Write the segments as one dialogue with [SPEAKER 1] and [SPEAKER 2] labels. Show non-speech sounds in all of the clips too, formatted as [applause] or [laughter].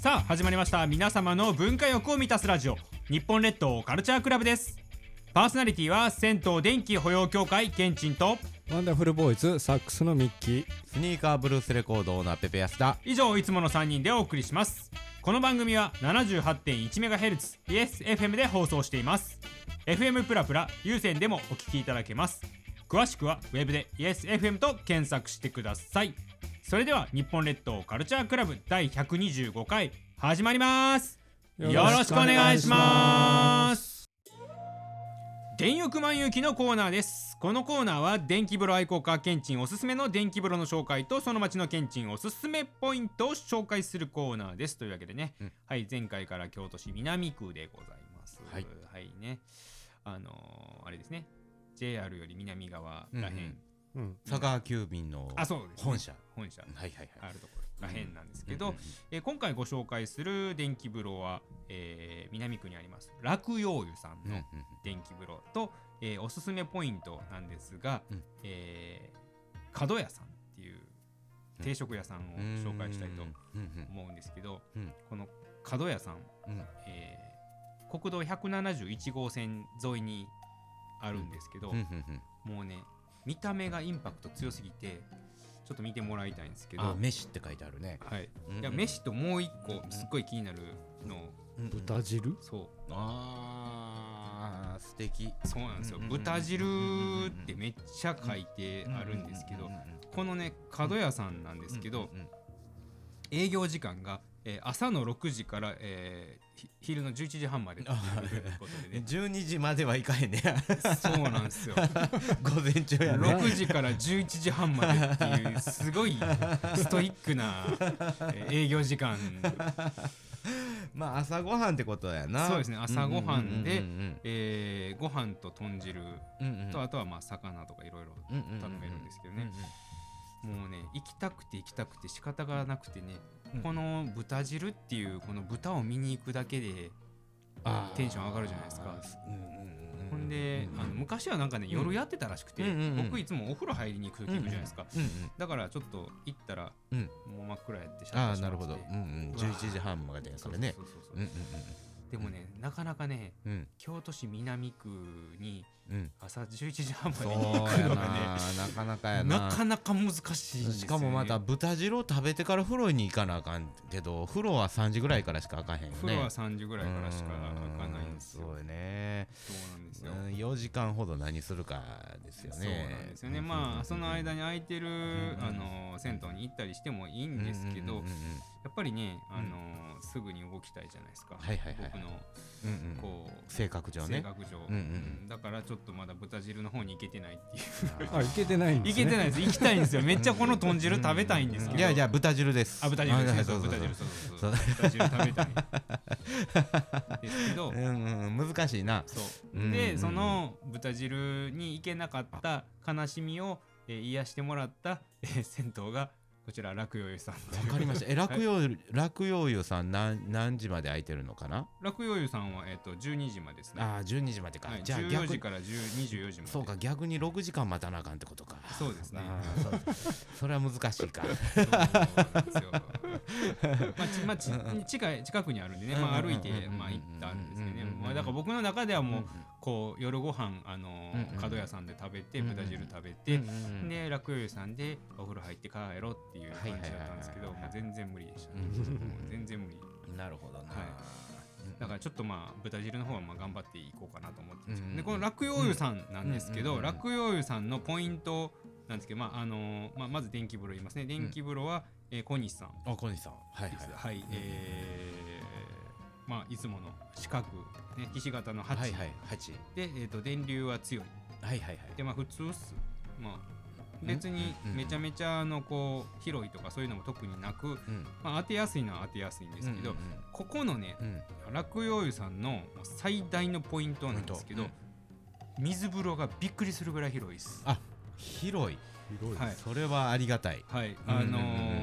[SPEAKER 1] さあ始まりました皆様の文化欲を満たすラジオ日本列島カルチャークラブですパーソナリティは銭湯電気保養協会ケンチンと
[SPEAKER 2] ワンダフルボーイズサックスのミッキー
[SPEAKER 3] スニーカーブルースレコードオーナーペペヤスだ
[SPEAKER 1] 以上いつもの3人でお送りしますこの番組は 78.1MHz イエス FM で放送しています FM プラプラ有線でもお聞きいただけます詳しくはウェブでイエス FM と検索してくださいそれでは日本列島カルチャークラブ第125回始まりますよろしくお願いします電浴満遊記のコーナーですこのコーナーは電気風呂愛好家ケンチンおすすめの電気風呂の紹介とその町のケンチンおすすめポイントを紹介するコーナーですというわけでね、
[SPEAKER 3] うん
[SPEAKER 1] はい前回から京都市南区でございます
[SPEAKER 3] はい、
[SPEAKER 1] ねあのーあれですね JR より南側らへん、
[SPEAKER 3] うんうん
[SPEAKER 2] うん
[SPEAKER 3] 佐川急便の
[SPEAKER 1] あそうですね
[SPEAKER 3] 本社
[SPEAKER 1] 本社
[SPEAKER 3] はいはいは
[SPEAKER 1] あ
[SPEAKER 3] い
[SPEAKER 1] るところらへんなんですけ
[SPEAKER 3] う
[SPEAKER 1] ど
[SPEAKER 3] んうんうん
[SPEAKER 1] えー今回ご紹介する電気風呂は、えー南区にあります落葉湯さん
[SPEAKER 3] うんう
[SPEAKER 1] の
[SPEAKER 3] んうん
[SPEAKER 1] 電気風呂と、えーおすすめポイントなんですが、
[SPEAKER 3] うん
[SPEAKER 1] えー角屋さんっていう定食屋さんを紹介したいと
[SPEAKER 3] うん
[SPEAKER 1] 思うんですけど、
[SPEAKER 3] うん
[SPEAKER 1] この角屋さん、
[SPEAKER 3] うんうん
[SPEAKER 1] えー国道171号線沿いにあるんですけど、
[SPEAKER 3] うんうんうん
[SPEAKER 1] もうね見た目がインパクト強すぎてちょっと見てもらいたいんですけど
[SPEAKER 3] あ飯って書いてあるね
[SPEAKER 1] はい、
[SPEAKER 3] うんうん
[SPEAKER 1] いや飯ともう一個すっごい気になるの、
[SPEAKER 3] うんうん
[SPEAKER 2] 豚汁
[SPEAKER 1] そう
[SPEAKER 3] あー素敵
[SPEAKER 1] そうなんですよ、
[SPEAKER 3] うんうんうん
[SPEAKER 1] 豚汁ってめっちゃ書いてあるんですけど、
[SPEAKER 3] うううん
[SPEAKER 1] このね角屋さんなんですけど、
[SPEAKER 3] うんうん
[SPEAKER 1] 営業時間が、えー朝の6時から、えーひ昼の11時半までということ
[SPEAKER 3] う
[SPEAKER 1] で
[SPEAKER 3] ん
[SPEAKER 1] ね
[SPEAKER 3] 12時まではいかへんね
[SPEAKER 1] [laughs] そうなんです
[SPEAKER 3] [laughs]
[SPEAKER 1] よ
[SPEAKER 3] 午前中やね
[SPEAKER 1] 6時から11時半までっていうすごいストイックなえー営業時間、
[SPEAKER 3] まあ朝ごはんってことやな
[SPEAKER 1] そうですね朝ごはんで
[SPEAKER 3] うん
[SPEAKER 1] えーご飯と豚汁
[SPEAKER 3] うんうんうん
[SPEAKER 1] とあとはまあ魚とかいろいろ
[SPEAKER 3] うんうんうん
[SPEAKER 1] 頼めるんですけどねもうね行きたくて行きたくて仕方がなくてね、
[SPEAKER 3] うん
[SPEAKER 1] この豚汁っていうこの豚を見に行くだけで
[SPEAKER 3] あー
[SPEAKER 1] テンション上がるじゃないですか。
[SPEAKER 3] うんうんうん
[SPEAKER 1] ほんで、
[SPEAKER 3] うん
[SPEAKER 1] あの昔はなんかね
[SPEAKER 3] ん
[SPEAKER 1] 夜やってたらしくて、
[SPEAKER 3] うんうんうん
[SPEAKER 1] 僕いつもお風呂入りに行く時行くじゃないですか、
[SPEAKER 3] うんうん
[SPEAKER 1] だからちょっと行ったら、
[SPEAKER 3] うん
[SPEAKER 1] もう真っ暗やってシャッ
[SPEAKER 3] あ
[SPEAKER 1] タ
[SPEAKER 3] あ
[SPEAKER 1] ー
[SPEAKER 3] なるほど、
[SPEAKER 1] 閉
[SPEAKER 3] うん
[SPEAKER 1] まってう
[SPEAKER 3] うん、
[SPEAKER 1] わー
[SPEAKER 3] 11時半までや
[SPEAKER 1] て
[SPEAKER 3] それね
[SPEAKER 1] そうそうそう
[SPEAKER 3] うんうん
[SPEAKER 1] でもねなかなかね
[SPEAKER 3] うんうん
[SPEAKER 1] 京都市南区に
[SPEAKER 3] うん
[SPEAKER 1] 朝11時半ま
[SPEAKER 3] そう
[SPEAKER 1] で
[SPEAKER 3] や
[SPEAKER 1] に行くのがね
[SPEAKER 3] ななかなかや
[SPEAKER 1] な
[SPEAKER 3] な
[SPEAKER 1] かなか難しいんですよ、ね、
[SPEAKER 3] しかもまた豚汁を食べてから風呂に行かなあかんけど風呂は3時ぐらいからしかあかへんよね
[SPEAKER 1] 風呂は3時ぐらいからしか開かないんですよ
[SPEAKER 3] うーんそうやね
[SPEAKER 1] そうなんです
[SPEAKER 3] う
[SPEAKER 1] よ、
[SPEAKER 3] ん4時間ほど何するかですよね
[SPEAKER 1] そうなんですよね、まあその間に空いてる、
[SPEAKER 3] ん
[SPEAKER 1] あの銭湯に行ったりしてもいいんですけど、
[SPEAKER 3] うんうんうんうん
[SPEAKER 1] やっぱりね、あのすぐに動きたいじゃないですか、
[SPEAKER 3] はいはいはいはい
[SPEAKER 1] 僕の
[SPEAKER 3] うんうん
[SPEAKER 1] こう、
[SPEAKER 3] 性格上
[SPEAKER 1] 性
[SPEAKER 3] ね
[SPEAKER 1] 格上、
[SPEAKER 3] うんうん
[SPEAKER 1] うんだからちょっとまだ豚汁の方に行けてないっていう
[SPEAKER 2] あいけてないんで
[SPEAKER 1] 行
[SPEAKER 2] すね
[SPEAKER 1] けてないです行きたいんですよめっちゃこの豚汁食べたいんですけど、
[SPEAKER 3] いやいや豚汁です
[SPEAKER 1] あ豚汁です
[SPEAKER 3] は
[SPEAKER 1] ね
[SPEAKER 3] い
[SPEAKER 1] そう
[SPEAKER 3] そう
[SPEAKER 1] 豚
[SPEAKER 3] そう
[SPEAKER 1] 汁そうそうそう豚汁食べたいです
[SPEAKER 3] [laughs]
[SPEAKER 1] けど
[SPEAKER 3] そううんうん難しいな
[SPEAKER 1] そう
[SPEAKER 3] うんうんう
[SPEAKER 1] で
[SPEAKER 3] ん
[SPEAKER 1] その豚汁に行けなかった悲しみを、えー癒してもらった、えー銭湯がこちら落葉湯さんという
[SPEAKER 3] わかりました。え、落葉、落葉湯さん、何、何時まで空いてるのかな。
[SPEAKER 1] 落葉湯さんは、えー、と12時までですね、
[SPEAKER 3] ああ、十二時までか。
[SPEAKER 1] はい、
[SPEAKER 3] じゃあ、
[SPEAKER 1] 14時
[SPEAKER 3] 逆。
[SPEAKER 1] から10 24時まで
[SPEAKER 3] そうか、逆に六時間待たなあかんってことか。
[SPEAKER 1] そうですね
[SPEAKER 3] あーそうですそれは難しいか。
[SPEAKER 1] そうなん
[SPEAKER 3] [laughs]
[SPEAKER 1] ですよまあちまあち近い近くにあるんでね、まあ、
[SPEAKER 3] うん
[SPEAKER 1] 歩
[SPEAKER 3] うん
[SPEAKER 1] い
[SPEAKER 3] うん
[SPEAKER 1] て、まあ、行ったんですけどね
[SPEAKER 3] うんうんうんうん
[SPEAKER 1] まあだから僕の中ではもう、
[SPEAKER 3] うん
[SPEAKER 1] こう夜ご飯あの
[SPEAKER 3] うんうん
[SPEAKER 1] 角屋さんで食べて、
[SPEAKER 3] うんうん
[SPEAKER 1] 豚汁食べて、
[SPEAKER 3] [laughs] うんうんうん
[SPEAKER 1] で落葉湯さんでお風呂入って帰ろうっていう感じだったんですけど
[SPEAKER 3] は
[SPEAKER 1] も
[SPEAKER 3] いはいうはいはい
[SPEAKER 1] 全然無理でした、ね
[SPEAKER 3] うんうんうん
[SPEAKER 1] もう全然無理
[SPEAKER 3] なるほど
[SPEAKER 1] は
[SPEAKER 3] な。
[SPEAKER 1] い
[SPEAKER 3] うん
[SPEAKER 1] だからちょっとまあ豚汁の方はまあ頑張っていこうかなと思ってますけど、
[SPEAKER 3] うんうん
[SPEAKER 1] でこの落葉湯さんなんですけ
[SPEAKER 3] うん
[SPEAKER 1] ど
[SPEAKER 3] うんうんうん
[SPEAKER 1] 落葉湯さんのポイントなんですけど、まああのまあ、まず電気風呂言いますね電気風呂は、えー小西さん
[SPEAKER 3] あ、小西さん。はいはい。
[SPEAKER 1] はい、えーまあ、いつもの四角、ね、ひし形の8、
[SPEAKER 3] はいはい、八。
[SPEAKER 1] で、えー、と電流は強い
[SPEAKER 3] はいはいはい。
[SPEAKER 1] でまあ普通っすまあ別に
[SPEAKER 3] うんうん
[SPEAKER 1] めちゃめちゃあのこう広いとかそういうのも特になく、
[SPEAKER 3] うん。
[SPEAKER 1] まあ、当てやすいのは当てやすいんですけど、
[SPEAKER 3] うん
[SPEAKER 1] ここのね
[SPEAKER 3] うんうん。
[SPEAKER 1] 落葉湯さんのもう最大のポイントなんですけど、
[SPEAKER 3] ポイン
[SPEAKER 1] 水風呂がびっくりするぐらい広いです。
[SPEAKER 3] あ、広い。
[SPEAKER 2] 広い
[SPEAKER 1] はい
[SPEAKER 3] それはありがたい。
[SPEAKER 1] はい、
[SPEAKER 3] うんうん
[SPEAKER 1] あ
[SPEAKER 3] うんうん
[SPEAKER 1] のー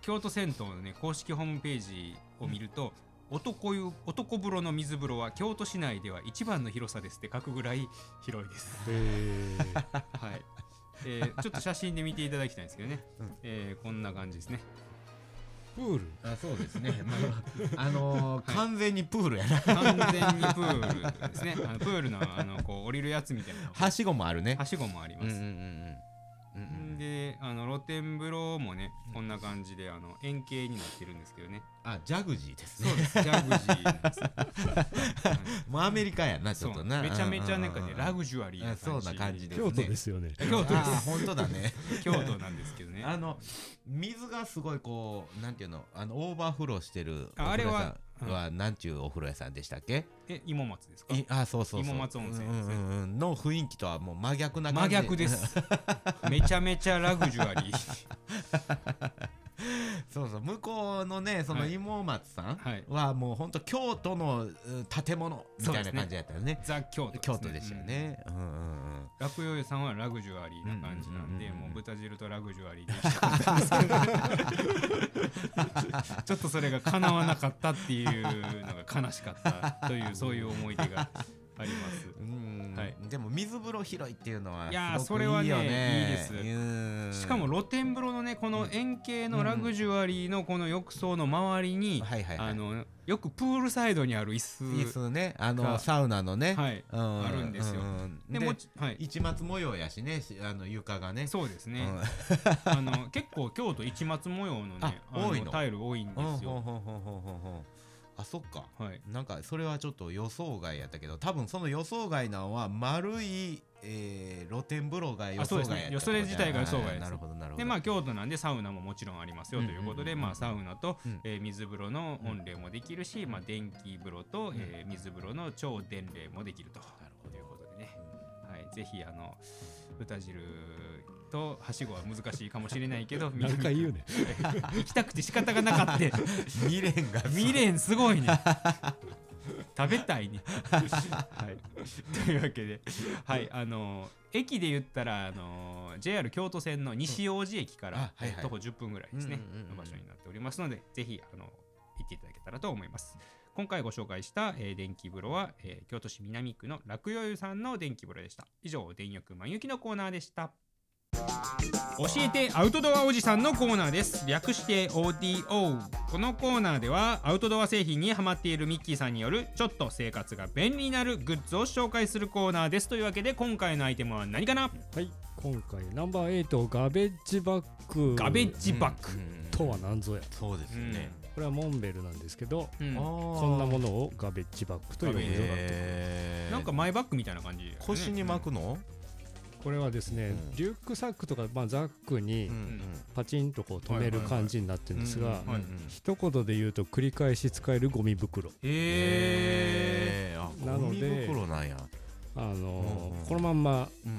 [SPEAKER 1] 京都銭湯のね公式ホームページを見ると、男湯男風呂の水風呂は京都市内では一番の広さですって書くぐらい広いです。
[SPEAKER 2] えー
[SPEAKER 1] はい。えーちょっと写真で見ていただきたいんですけどね。えーこんな感じですね。
[SPEAKER 2] プール
[SPEAKER 4] あそうです
[SPEAKER 3] [laughs]
[SPEAKER 4] ね、まあ、あのー
[SPEAKER 3] 完全にプールやな。
[SPEAKER 1] 完全にプールですねあのプールのあのこう降りるやつみたいな
[SPEAKER 3] はしごもあるね
[SPEAKER 1] は。しごもあり
[SPEAKER 3] うん
[SPEAKER 1] ま
[SPEAKER 3] うん
[SPEAKER 1] す、
[SPEAKER 3] うんうんうんうんうん。
[SPEAKER 1] であの露天風呂もねこんな感じであの円形になってるんですけどね
[SPEAKER 3] あ、ジャグジーですね。
[SPEAKER 1] そうですジャグジーです
[SPEAKER 3] もうアメリカやな、ち
[SPEAKER 1] そ
[SPEAKER 3] ょっと
[SPEAKER 1] う
[SPEAKER 3] な。
[SPEAKER 1] めちゃめちゃなんか
[SPEAKER 3] うう
[SPEAKER 1] ね
[SPEAKER 3] う
[SPEAKER 1] ラグジュアリーな感
[SPEAKER 3] そう
[SPEAKER 1] じ
[SPEAKER 3] な感じですね。
[SPEAKER 2] 京都ですよね
[SPEAKER 3] 京都です。本当
[SPEAKER 1] [laughs]
[SPEAKER 3] だね。
[SPEAKER 1] 京都なんですけどね
[SPEAKER 3] あの水がすごいこうなんていうのあのオーバーフローしてる
[SPEAKER 1] ああれは
[SPEAKER 3] お風呂屋さんはなんちゅうお風呂屋さんでしたっけ？
[SPEAKER 1] え芋松ですか
[SPEAKER 3] いあそうそうそう。
[SPEAKER 1] 芋松温泉
[SPEAKER 3] うんうんうんの雰囲気とはもう真逆な
[SPEAKER 1] 真
[SPEAKER 3] 感じ。
[SPEAKER 1] 逆で。す
[SPEAKER 3] [laughs]
[SPEAKER 1] めちゃめちゃラグジュアリー
[SPEAKER 3] そうそう向こうのねその
[SPEAKER 1] はい
[SPEAKER 3] 芋松さん
[SPEAKER 1] はい
[SPEAKER 3] はもう本当京都のうん建物みたいな感じだったよね。
[SPEAKER 1] ザ・京都、ね、
[SPEAKER 3] 京都でしたよね。うんうんうん。
[SPEAKER 1] 落葉湯さんはラグジュアリーな感じなんで、
[SPEAKER 3] うんうんうんうん
[SPEAKER 1] もう豚汁とラグジュアリーで行きたかったんですけど [laughs] ちょっとそれが叶わなかったっていうのが悲しかったというそういう思い出があります
[SPEAKER 3] うん
[SPEAKER 1] はい
[SPEAKER 3] でも水風呂広いっていうのはい
[SPEAKER 1] やー
[SPEAKER 3] すごくいいよね
[SPEAKER 1] それはねいいです
[SPEAKER 3] うん
[SPEAKER 1] しかも露天風呂のねこの円形のラグジュアリーのこの浴槽の周りに、
[SPEAKER 3] はいはいはい
[SPEAKER 1] あのよくプールサイドにある椅子
[SPEAKER 3] 椅子ね
[SPEAKER 1] が
[SPEAKER 3] あのサウナのね、
[SPEAKER 1] はい
[SPEAKER 3] うん
[SPEAKER 1] あるんですよ
[SPEAKER 3] う
[SPEAKER 1] で
[SPEAKER 3] で
[SPEAKER 1] もちはい
[SPEAKER 3] 一松模様やしねしあの床がね
[SPEAKER 1] そうです
[SPEAKER 3] う
[SPEAKER 1] ね、
[SPEAKER 3] ん
[SPEAKER 1] あの結構京都一松模様のね
[SPEAKER 3] [laughs] あ
[SPEAKER 1] あの
[SPEAKER 3] 多いの
[SPEAKER 1] タイル多いん
[SPEAKER 3] うん
[SPEAKER 1] です
[SPEAKER 3] ほん
[SPEAKER 1] よ、
[SPEAKER 3] ほんほんほんほんほんあそっか
[SPEAKER 1] はい
[SPEAKER 3] なんかそれはちょっと予想外やったけど多分その予想外なのは丸い、えー、露天風呂が予
[SPEAKER 1] あそう
[SPEAKER 3] 想
[SPEAKER 1] ですね
[SPEAKER 3] 外やった
[SPEAKER 1] それ自体が予想外です
[SPEAKER 3] あーなるほどなるほど
[SPEAKER 1] でまあ京都なんでサウナももちろんありますよ
[SPEAKER 3] う
[SPEAKER 1] と
[SPEAKER 3] ん
[SPEAKER 1] いうことで、
[SPEAKER 3] うんうんうん
[SPEAKER 1] まあ、サウナと、
[SPEAKER 3] うん
[SPEAKER 1] えー水風呂の温冷もできるし、まあ、電気風呂と、えー水風呂の超電冷もできるということでね、はい、ぜひあの豚汁とはしごは難しいかもしれないけ
[SPEAKER 3] [laughs]
[SPEAKER 1] ど
[SPEAKER 2] 何回言う
[SPEAKER 1] ね
[SPEAKER 2] ね
[SPEAKER 1] [laughs] 行きたくて仕方がなかった [laughs]
[SPEAKER 3] 未練が
[SPEAKER 1] 未練すごい
[SPEAKER 3] [laughs]
[SPEAKER 1] ね食べたいね、はい、というわけで、はい、あの駅で言ったら、あの JR 京都線の西大路駅から、
[SPEAKER 3] うんあはいはい
[SPEAKER 1] 徒歩10分ぐらいですね、
[SPEAKER 3] うんうんうんうん
[SPEAKER 1] の場所になっておりますのでぜひあの行っていただけたらと思います今回ご紹介した、えー電気風呂は、えー京都市南区の落葉湯さんの電気風呂でした以上電浴満雪のコーナーでした教えてアウトドアおじさんのコーナーです略して OTO このコーナーではアウトドア製品にハマっているミッキーさんによるちょっと生活が便利になるグッズを紹介するコーナーですというわけで今回のアイテムは何かな
[SPEAKER 2] はい今回ナンバー8ガベッジバッグ
[SPEAKER 1] ガベッジバッグ、
[SPEAKER 3] うん
[SPEAKER 2] とは何ぞや
[SPEAKER 3] そうですよね、
[SPEAKER 2] これはモンベルなんですけど
[SPEAKER 1] うん
[SPEAKER 2] こんなものをガベッジバッグと呼ぶようになって
[SPEAKER 3] えー
[SPEAKER 1] なんかマイバッグみたいな感じだよね、
[SPEAKER 3] 腰に巻くの、
[SPEAKER 2] これはですね
[SPEAKER 3] うん
[SPEAKER 2] リュックサックとかまあザックに
[SPEAKER 3] うん
[SPEAKER 2] パチンとこう止める感じになってるんですが
[SPEAKER 3] うんうんうん
[SPEAKER 2] 一言で言うと繰り返し使えるゴミ袋
[SPEAKER 1] へえ
[SPEAKER 3] えー、あ
[SPEAKER 2] なので
[SPEAKER 3] ゴミ袋なんや、
[SPEAKER 2] あの
[SPEAKER 3] うんうん
[SPEAKER 2] ーこのまんま
[SPEAKER 3] うんうんう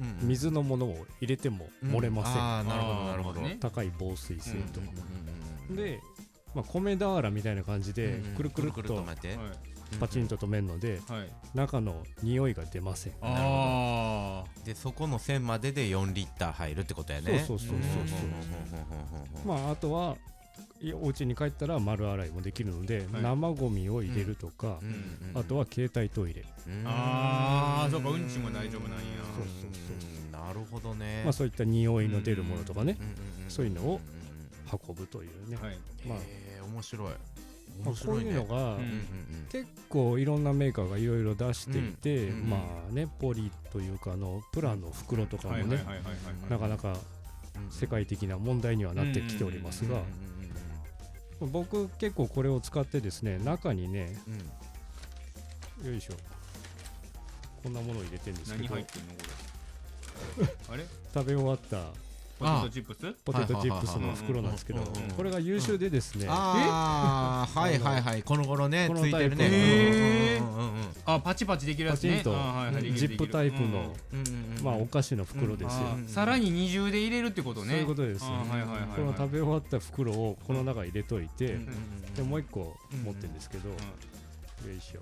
[SPEAKER 3] んうん、
[SPEAKER 2] 水のものを入れても漏れません、
[SPEAKER 3] ああなるほ
[SPEAKER 1] あ
[SPEAKER 3] ど
[SPEAKER 1] ー
[SPEAKER 3] なるほど、
[SPEAKER 1] ね
[SPEAKER 2] 高い防水性とかも、
[SPEAKER 3] うんうんうんうん
[SPEAKER 2] で、まあ、米俵みたいな感じで
[SPEAKER 3] うんうん
[SPEAKER 2] くるくるっと
[SPEAKER 3] 巻いて
[SPEAKER 1] は
[SPEAKER 2] パチン
[SPEAKER 3] と
[SPEAKER 2] と止めるので
[SPEAKER 1] いはい
[SPEAKER 2] 中の匂いが出ません
[SPEAKER 1] ああ
[SPEAKER 3] でそこの線までで4リッター入るってことやね
[SPEAKER 2] そうそう
[SPEAKER 1] そうそうそうん
[SPEAKER 3] んうんうんうんうん
[SPEAKER 2] まああとはいお家に帰ったら丸洗いもできるので、
[SPEAKER 1] はい
[SPEAKER 2] 生ゴミを入れるとか、
[SPEAKER 3] うんうんうん
[SPEAKER 2] あとは携帯トイレ、
[SPEAKER 3] うん
[SPEAKER 1] あーそうかうんちも大丈夫なんや
[SPEAKER 2] そうそうそ
[SPEAKER 3] うんなるほどね
[SPEAKER 2] まあ、そういった匂いの出るものとかね、
[SPEAKER 3] うんん
[SPEAKER 2] そういうのを
[SPEAKER 3] んんうん
[SPEAKER 2] 運ぶというね、
[SPEAKER 1] はい
[SPEAKER 2] まあ
[SPEAKER 3] えー面白い
[SPEAKER 2] ま
[SPEAKER 3] 面
[SPEAKER 2] あこ
[SPEAKER 3] 白
[SPEAKER 2] う
[SPEAKER 3] い
[SPEAKER 2] い
[SPEAKER 3] ね
[SPEAKER 2] うのが、
[SPEAKER 1] うん
[SPEAKER 2] 結構いろんなメーカーがいろいろ出していて、
[SPEAKER 3] うんうん
[SPEAKER 2] まあねポリというかあのプラの袋とかも
[SPEAKER 1] はい
[SPEAKER 2] ね、
[SPEAKER 1] はいはいはいはい
[SPEAKER 3] うん
[SPEAKER 2] なかなか世界的な問題にはなってきておりますが、僕結構これを使ってですね中にねよいしょこんなものを入れてるんですけ
[SPEAKER 1] 何
[SPEAKER 2] ど
[SPEAKER 1] 入ってんのこれあれ
[SPEAKER 2] 食べ終わった
[SPEAKER 1] ポテトチップス
[SPEAKER 2] ポテトチップスの袋なんですけど
[SPEAKER 3] はいはいはいはい
[SPEAKER 2] これが優秀でですね
[SPEAKER 3] ああはいはいはいこの頃ね
[SPEAKER 2] この
[SPEAKER 3] ついてる
[SPEAKER 2] タ
[SPEAKER 1] イ
[SPEAKER 3] ね
[SPEAKER 1] プ
[SPEAKER 3] うんうんうんうん
[SPEAKER 1] あパチパチできるや
[SPEAKER 2] パ
[SPEAKER 1] つ
[SPEAKER 2] チ
[SPEAKER 1] ね
[SPEAKER 2] ンと
[SPEAKER 1] あはいはいでき
[SPEAKER 2] ジ
[SPEAKER 1] るで
[SPEAKER 2] ッ
[SPEAKER 1] きる
[SPEAKER 2] プタイプ
[SPEAKER 1] うん
[SPEAKER 2] の
[SPEAKER 3] うんうんうん
[SPEAKER 2] まあお菓子の袋ですよ
[SPEAKER 1] あーさらに二重で入れるってこと
[SPEAKER 2] そう
[SPEAKER 1] ね
[SPEAKER 2] いうことです
[SPEAKER 1] あーはいはいはいはい
[SPEAKER 2] この食べ終わった袋をこの中に入れといて
[SPEAKER 3] うんうんうん
[SPEAKER 2] でもう一個持ってるんですけどよいしょ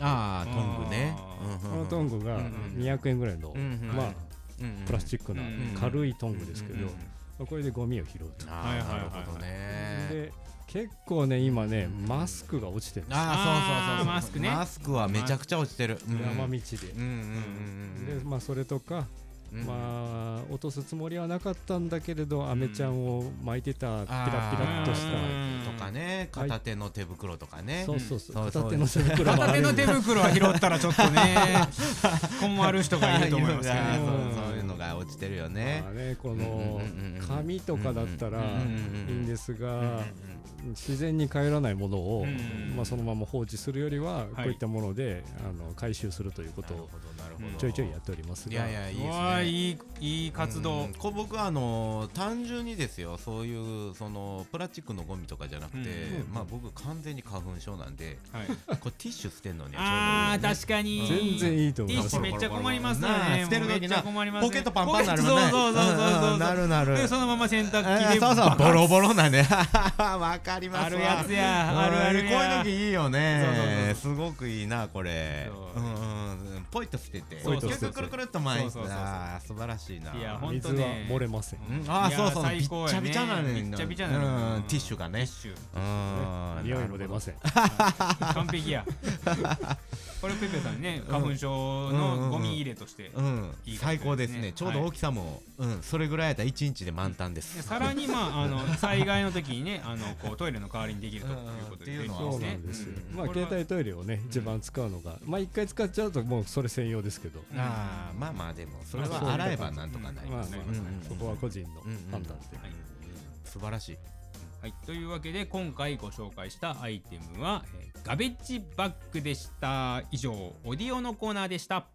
[SPEAKER 3] ああトングね
[SPEAKER 2] このトングが
[SPEAKER 1] うんうん
[SPEAKER 2] 200円ぐらいの
[SPEAKER 3] うん
[SPEAKER 2] まあプラスチ
[SPEAKER 3] ッ
[SPEAKER 2] ックな
[SPEAKER 1] うん
[SPEAKER 2] 軽いトングですけ
[SPEAKER 1] うん
[SPEAKER 2] どこれでゴミを拾うと
[SPEAKER 3] クああなるほどね
[SPEAKER 2] で結構ね今ね
[SPEAKER 3] うん
[SPEAKER 2] マスクが落ちてるんですよ
[SPEAKER 3] ああそうそうそうそう
[SPEAKER 1] あーマスクね
[SPEAKER 3] マスクはめちゃくちゃ落ちてるうん
[SPEAKER 2] 山道
[SPEAKER 3] うん
[SPEAKER 2] で
[SPEAKER 3] うんうんうん
[SPEAKER 2] でまあそれとか
[SPEAKER 3] うん
[SPEAKER 2] まあ落とすつもりはなかったんだけれど、アメちゃんを巻いてたピラピラっとし
[SPEAKER 1] あー
[SPEAKER 2] た。
[SPEAKER 3] とかね
[SPEAKER 2] はい
[SPEAKER 3] 片手の手袋とかね、
[SPEAKER 2] そうそうそう、
[SPEAKER 3] うん
[SPEAKER 2] 片手の手袋も
[SPEAKER 1] 片
[SPEAKER 2] あ
[SPEAKER 1] 手
[SPEAKER 2] る
[SPEAKER 1] の手袋は拾ったらちょっとね困る人がいると思いますけど
[SPEAKER 3] ああ
[SPEAKER 1] ね
[SPEAKER 3] うのが
[SPEAKER 2] うん
[SPEAKER 3] そうそういうのが落ちてるよね
[SPEAKER 2] まあねこ
[SPEAKER 3] うん
[SPEAKER 2] の
[SPEAKER 3] うんうんうん
[SPEAKER 2] 紙とかだったら
[SPEAKER 3] うんうんうん
[SPEAKER 2] いいんですが
[SPEAKER 3] うん
[SPEAKER 2] 自然に帰らないものを
[SPEAKER 1] うんうんうん
[SPEAKER 2] まあそのまま放置するよりはこ
[SPEAKER 1] はいう
[SPEAKER 2] いったものであの回収するというこ
[SPEAKER 3] なる
[SPEAKER 2] とを
[SPEAKER 3] ほどなるほど
[SPEAKER 2] ちょいちょいやっております
[SPEAKER 3] い
[SPEAKER 2] が
[SPEAKER 3] やいやいいです
[SPEAKER 1] うわあ
[SPEAKER 3] ね
[SPEAKER 1] いいいい活動
[SPEAKER 3] うんこ僕はあのー単純にですよそういうそのプラスチックのゴミとかじゃなくて、
[SPEAKER 1] う
[SPEAKER 3] まあ僕完全に花粉症な
[SPEAKER 1] [laughs]
[SPEAKER 3] んで
[SPEAKER 1] はい
[SPEAKER 3] これティッシュ捨てんのには
[SPEAKER 1] あー
[SPEAKER 3] ちょうどいいね
[SPEAKER 1] 確かに
[SPEAKER 2] 全然いいと
[SPEAKER 1] テ
[SPEAKER 2] 思い
[SPEAKER 1] ィッ
[SPEAKER 2] ます
[SPEAKER 1] シュめっちゃ困りますよね
[SPEAKER 3] なあ捨てる時
[SPEAKER 1] めっちゃ
[SPEAKER 3] な
[SPEAKER 1] 困りますね
[SPEAKER 3] ポケットパンパンになるもんね
[SPEAKER 1] ポケットそうそうそうそうそう
[SPEAKER 3] うんなるなる
[SPEAKER 1] でそのまま洗濯機
[SPEAKER 3] え
[SPEAKER 1] で
[SPEAKER 3] ーそうそうボロボロなね [laughs] わかりますわ
[SPEAKER 1] あるやつやあるあ
[SPEAKER 3] うん
[SPEAKER 1] る
[SPEAKER 3] こういう
[SPEAKER 1] や
[SPEAKER 3] 時いいよねすごくいいなこれ
[SPEAKER 1] そう
[SPEAKER 3] うんうんうんポイッと捨てて
[SPEAKER 1] ポイッと
[SPEAKER 3] キ
[SPEAKER 1] 捨て
[SPEAKER 3] ュ
[SPEAKER 1] て
[SPEAKER 3] キュくるくるっと前に
[SPEAKER 1] そうそうそうそう
[SPEAKER 3] あー素晴らしいない
[SPEAKER 1] やほん
[SPEAKER 2] 水は漏れません
[SPEAKER 1] 本当ね
[SPEAKER 3] うんあ
[SPEAKER 1] いや
[SPEAKER 3] ーそうそうび
[SPEAKER 1] 最
[SPEAKER 3] っち
[SPEAKER 1] 高やね
[SPEAKER 3] ゃびちゃなのに
[SPEAKER 1] びっちゃびちゃなのに
[SPEAKER 3] うんティッシュがね
[SPEAKER 1] ティッシュ
[SPEAKER 3] うん
[SPEAKER 2] 匂いも出ません
[SPEAKER 1] 完璧
[SPEAKER 3] [laughs]
[SPEAKER 1] やこれペペさんね花粉症のゴミ入れとして
[SPEAKER 3] うん
[SPEAKER 1] いい感じですね
[SPEAKER 3] 最高ですねちょうど
[SPEAKER 1] はい
[SPEAKER 3] 大きさもうんそれぐらいやったら1日で満タンで
[SPEAKER 1] ですさらにまああの災害の時にねあのこうトイレの代わりにできるということで
[SPEAKER 3] うん
[SPEAKER 1] 便利
[SPEAKER 2] そうなん
[SPEAKER 1] で
[SPEAKER 2] ですすよ
[SPEAKER 1] ね。
[SPEAKER 2] まあ
[SPEAKER 1] これ
[SPEAKER 2] 携
[SPEAKER 1] は
[SPEAKER 2] 帯トイレをね一番使うのがまあ一回使っちゃうともうそれ専用ですけど
[SPEAKER 1] うん
[SPEAKER 3] あーまあまあでもそれ
[SPEAKER 2] まあそう
[SPEAKER 3] は洗えばなんとかなり
[SPEAKER 2] ま
[SPEAKER 3] ま
[SPEAKER 2] あ
[SPEAKER 3] すね
[SPEAKER 2] まあ
[SPEAKER 3] うんうん
[SPEAKER 2] そこは個人の
[SPEAKER 3] うんうん
[SPEAKER 2] 判断で
[SPEAKER 3] うん素晴らしい
[SPEAKER 1] はい、というわけで今回ご紹介したアイテムは、えーガベッジバッグでした以上オディオのコーナーでした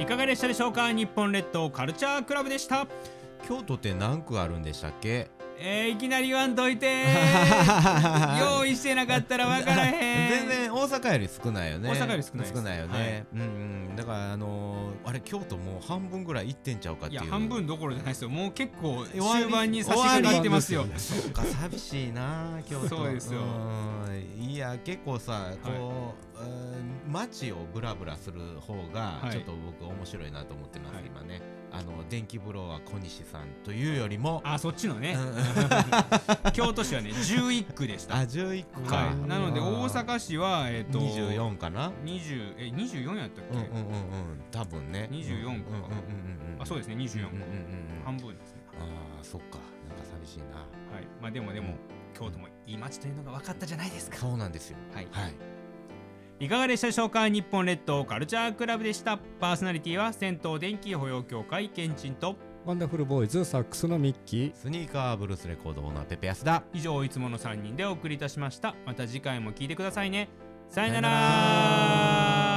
[SPEAKER 1] いかがでしたでしょうか日本列島カルチャークラブでした
[SPEAKER 3] 京都って何区あるんでしたっけ
[SPEAKER 1] えー、いきなり言わんとい
[SPEAKER 3] [laughs]
[SPEAKER 1] て用意してなかったらわからへん
[SPEAKER 3] 全然大阪より少ないよね
[SPEAKER 1] 大阪より少ないです
[SPEAKER 3] 少ないよね、うんうんだからあのーあれ京都もう半分ぐらい行ってんちゃうかっ
[SPEAKER 1] い
[SPEAKER 3] ていう
[SPEAKER 1] や
[SPEAKER 3] い
[SPEAKER 1] 半分どころじゃないですよもう結構
[SPEAKER 3] 終わり
[SPEAKER 1] 終盤に差し掛かってますよ
[SPEAKER 2] 終わりです
[SPEAKER 3] そっか寂しいな京都
[SPEAKER 1] そうですよ
[SPEAKER 3] うんいや結構さこう、うん街をブラブラする方が
[SPEAKER 1] はい
[SPEAKER 3] ちょっと僕面白いなと思ってます、
[SPEAKER 1] はい
[SPEAKER 3] 今ねあの電気風呂は小西さんというよりも
[SPEAKER 1] あそっちのね [laughs] 京都市はね11区でした
[SPEAKER 3] あ11区か、
[SPEAKER 1] はい、なので大
[SPEAKER 3] あ
[SPEAKER 1] 阪市はえっ、
[SPEAKER 3] ー
[SPEAKER 1] と
[SPEAKER 3] 24かな
[SPEAKER 1] 20え24やったっ
[SPEAKER 3] う
[SPEAKER 1] け、
[SPEAKER 3] んうんうんうん多分ね
[SPEAKER 1] 24
[SPEAKER 3] うんうんうん
[SPEAKER 1] か
[SPEAKER 3] うんうん
[SPEAKER 1] あそうですね24個、
[SPEAKER 3] うんうんうんうん
[SPEAKER 1] 半分ですね
[SPEAKER 3] ああそっかなんか寂しいな
[SPEAKER 1] はいまあでもでも、
[SPEAKER 3] うん
[SPEAKER 1] 京都もいい街というのが分かったじゃないですか
[SPEAKER 3] そうなんですよ
[SPEAKER 1] はい
[SPEAKER 3] はい
[SPEAKER 1] いかがでしたでしょうか日本列島カルチャークラブでしたパーソナリティは銭湯電気保養協会けんちんと
[SPEAKER 2] ワンダフルボーイズサックスのミッキー
[SPEAKER 3] スニーカーブルースレコードオーナーペペヤスだ
[SPEAKER 1] 以上いつもの3人でお送りいたしましたまた次回も聞いてくださいねさよなら
[SPEAKER 3] さよな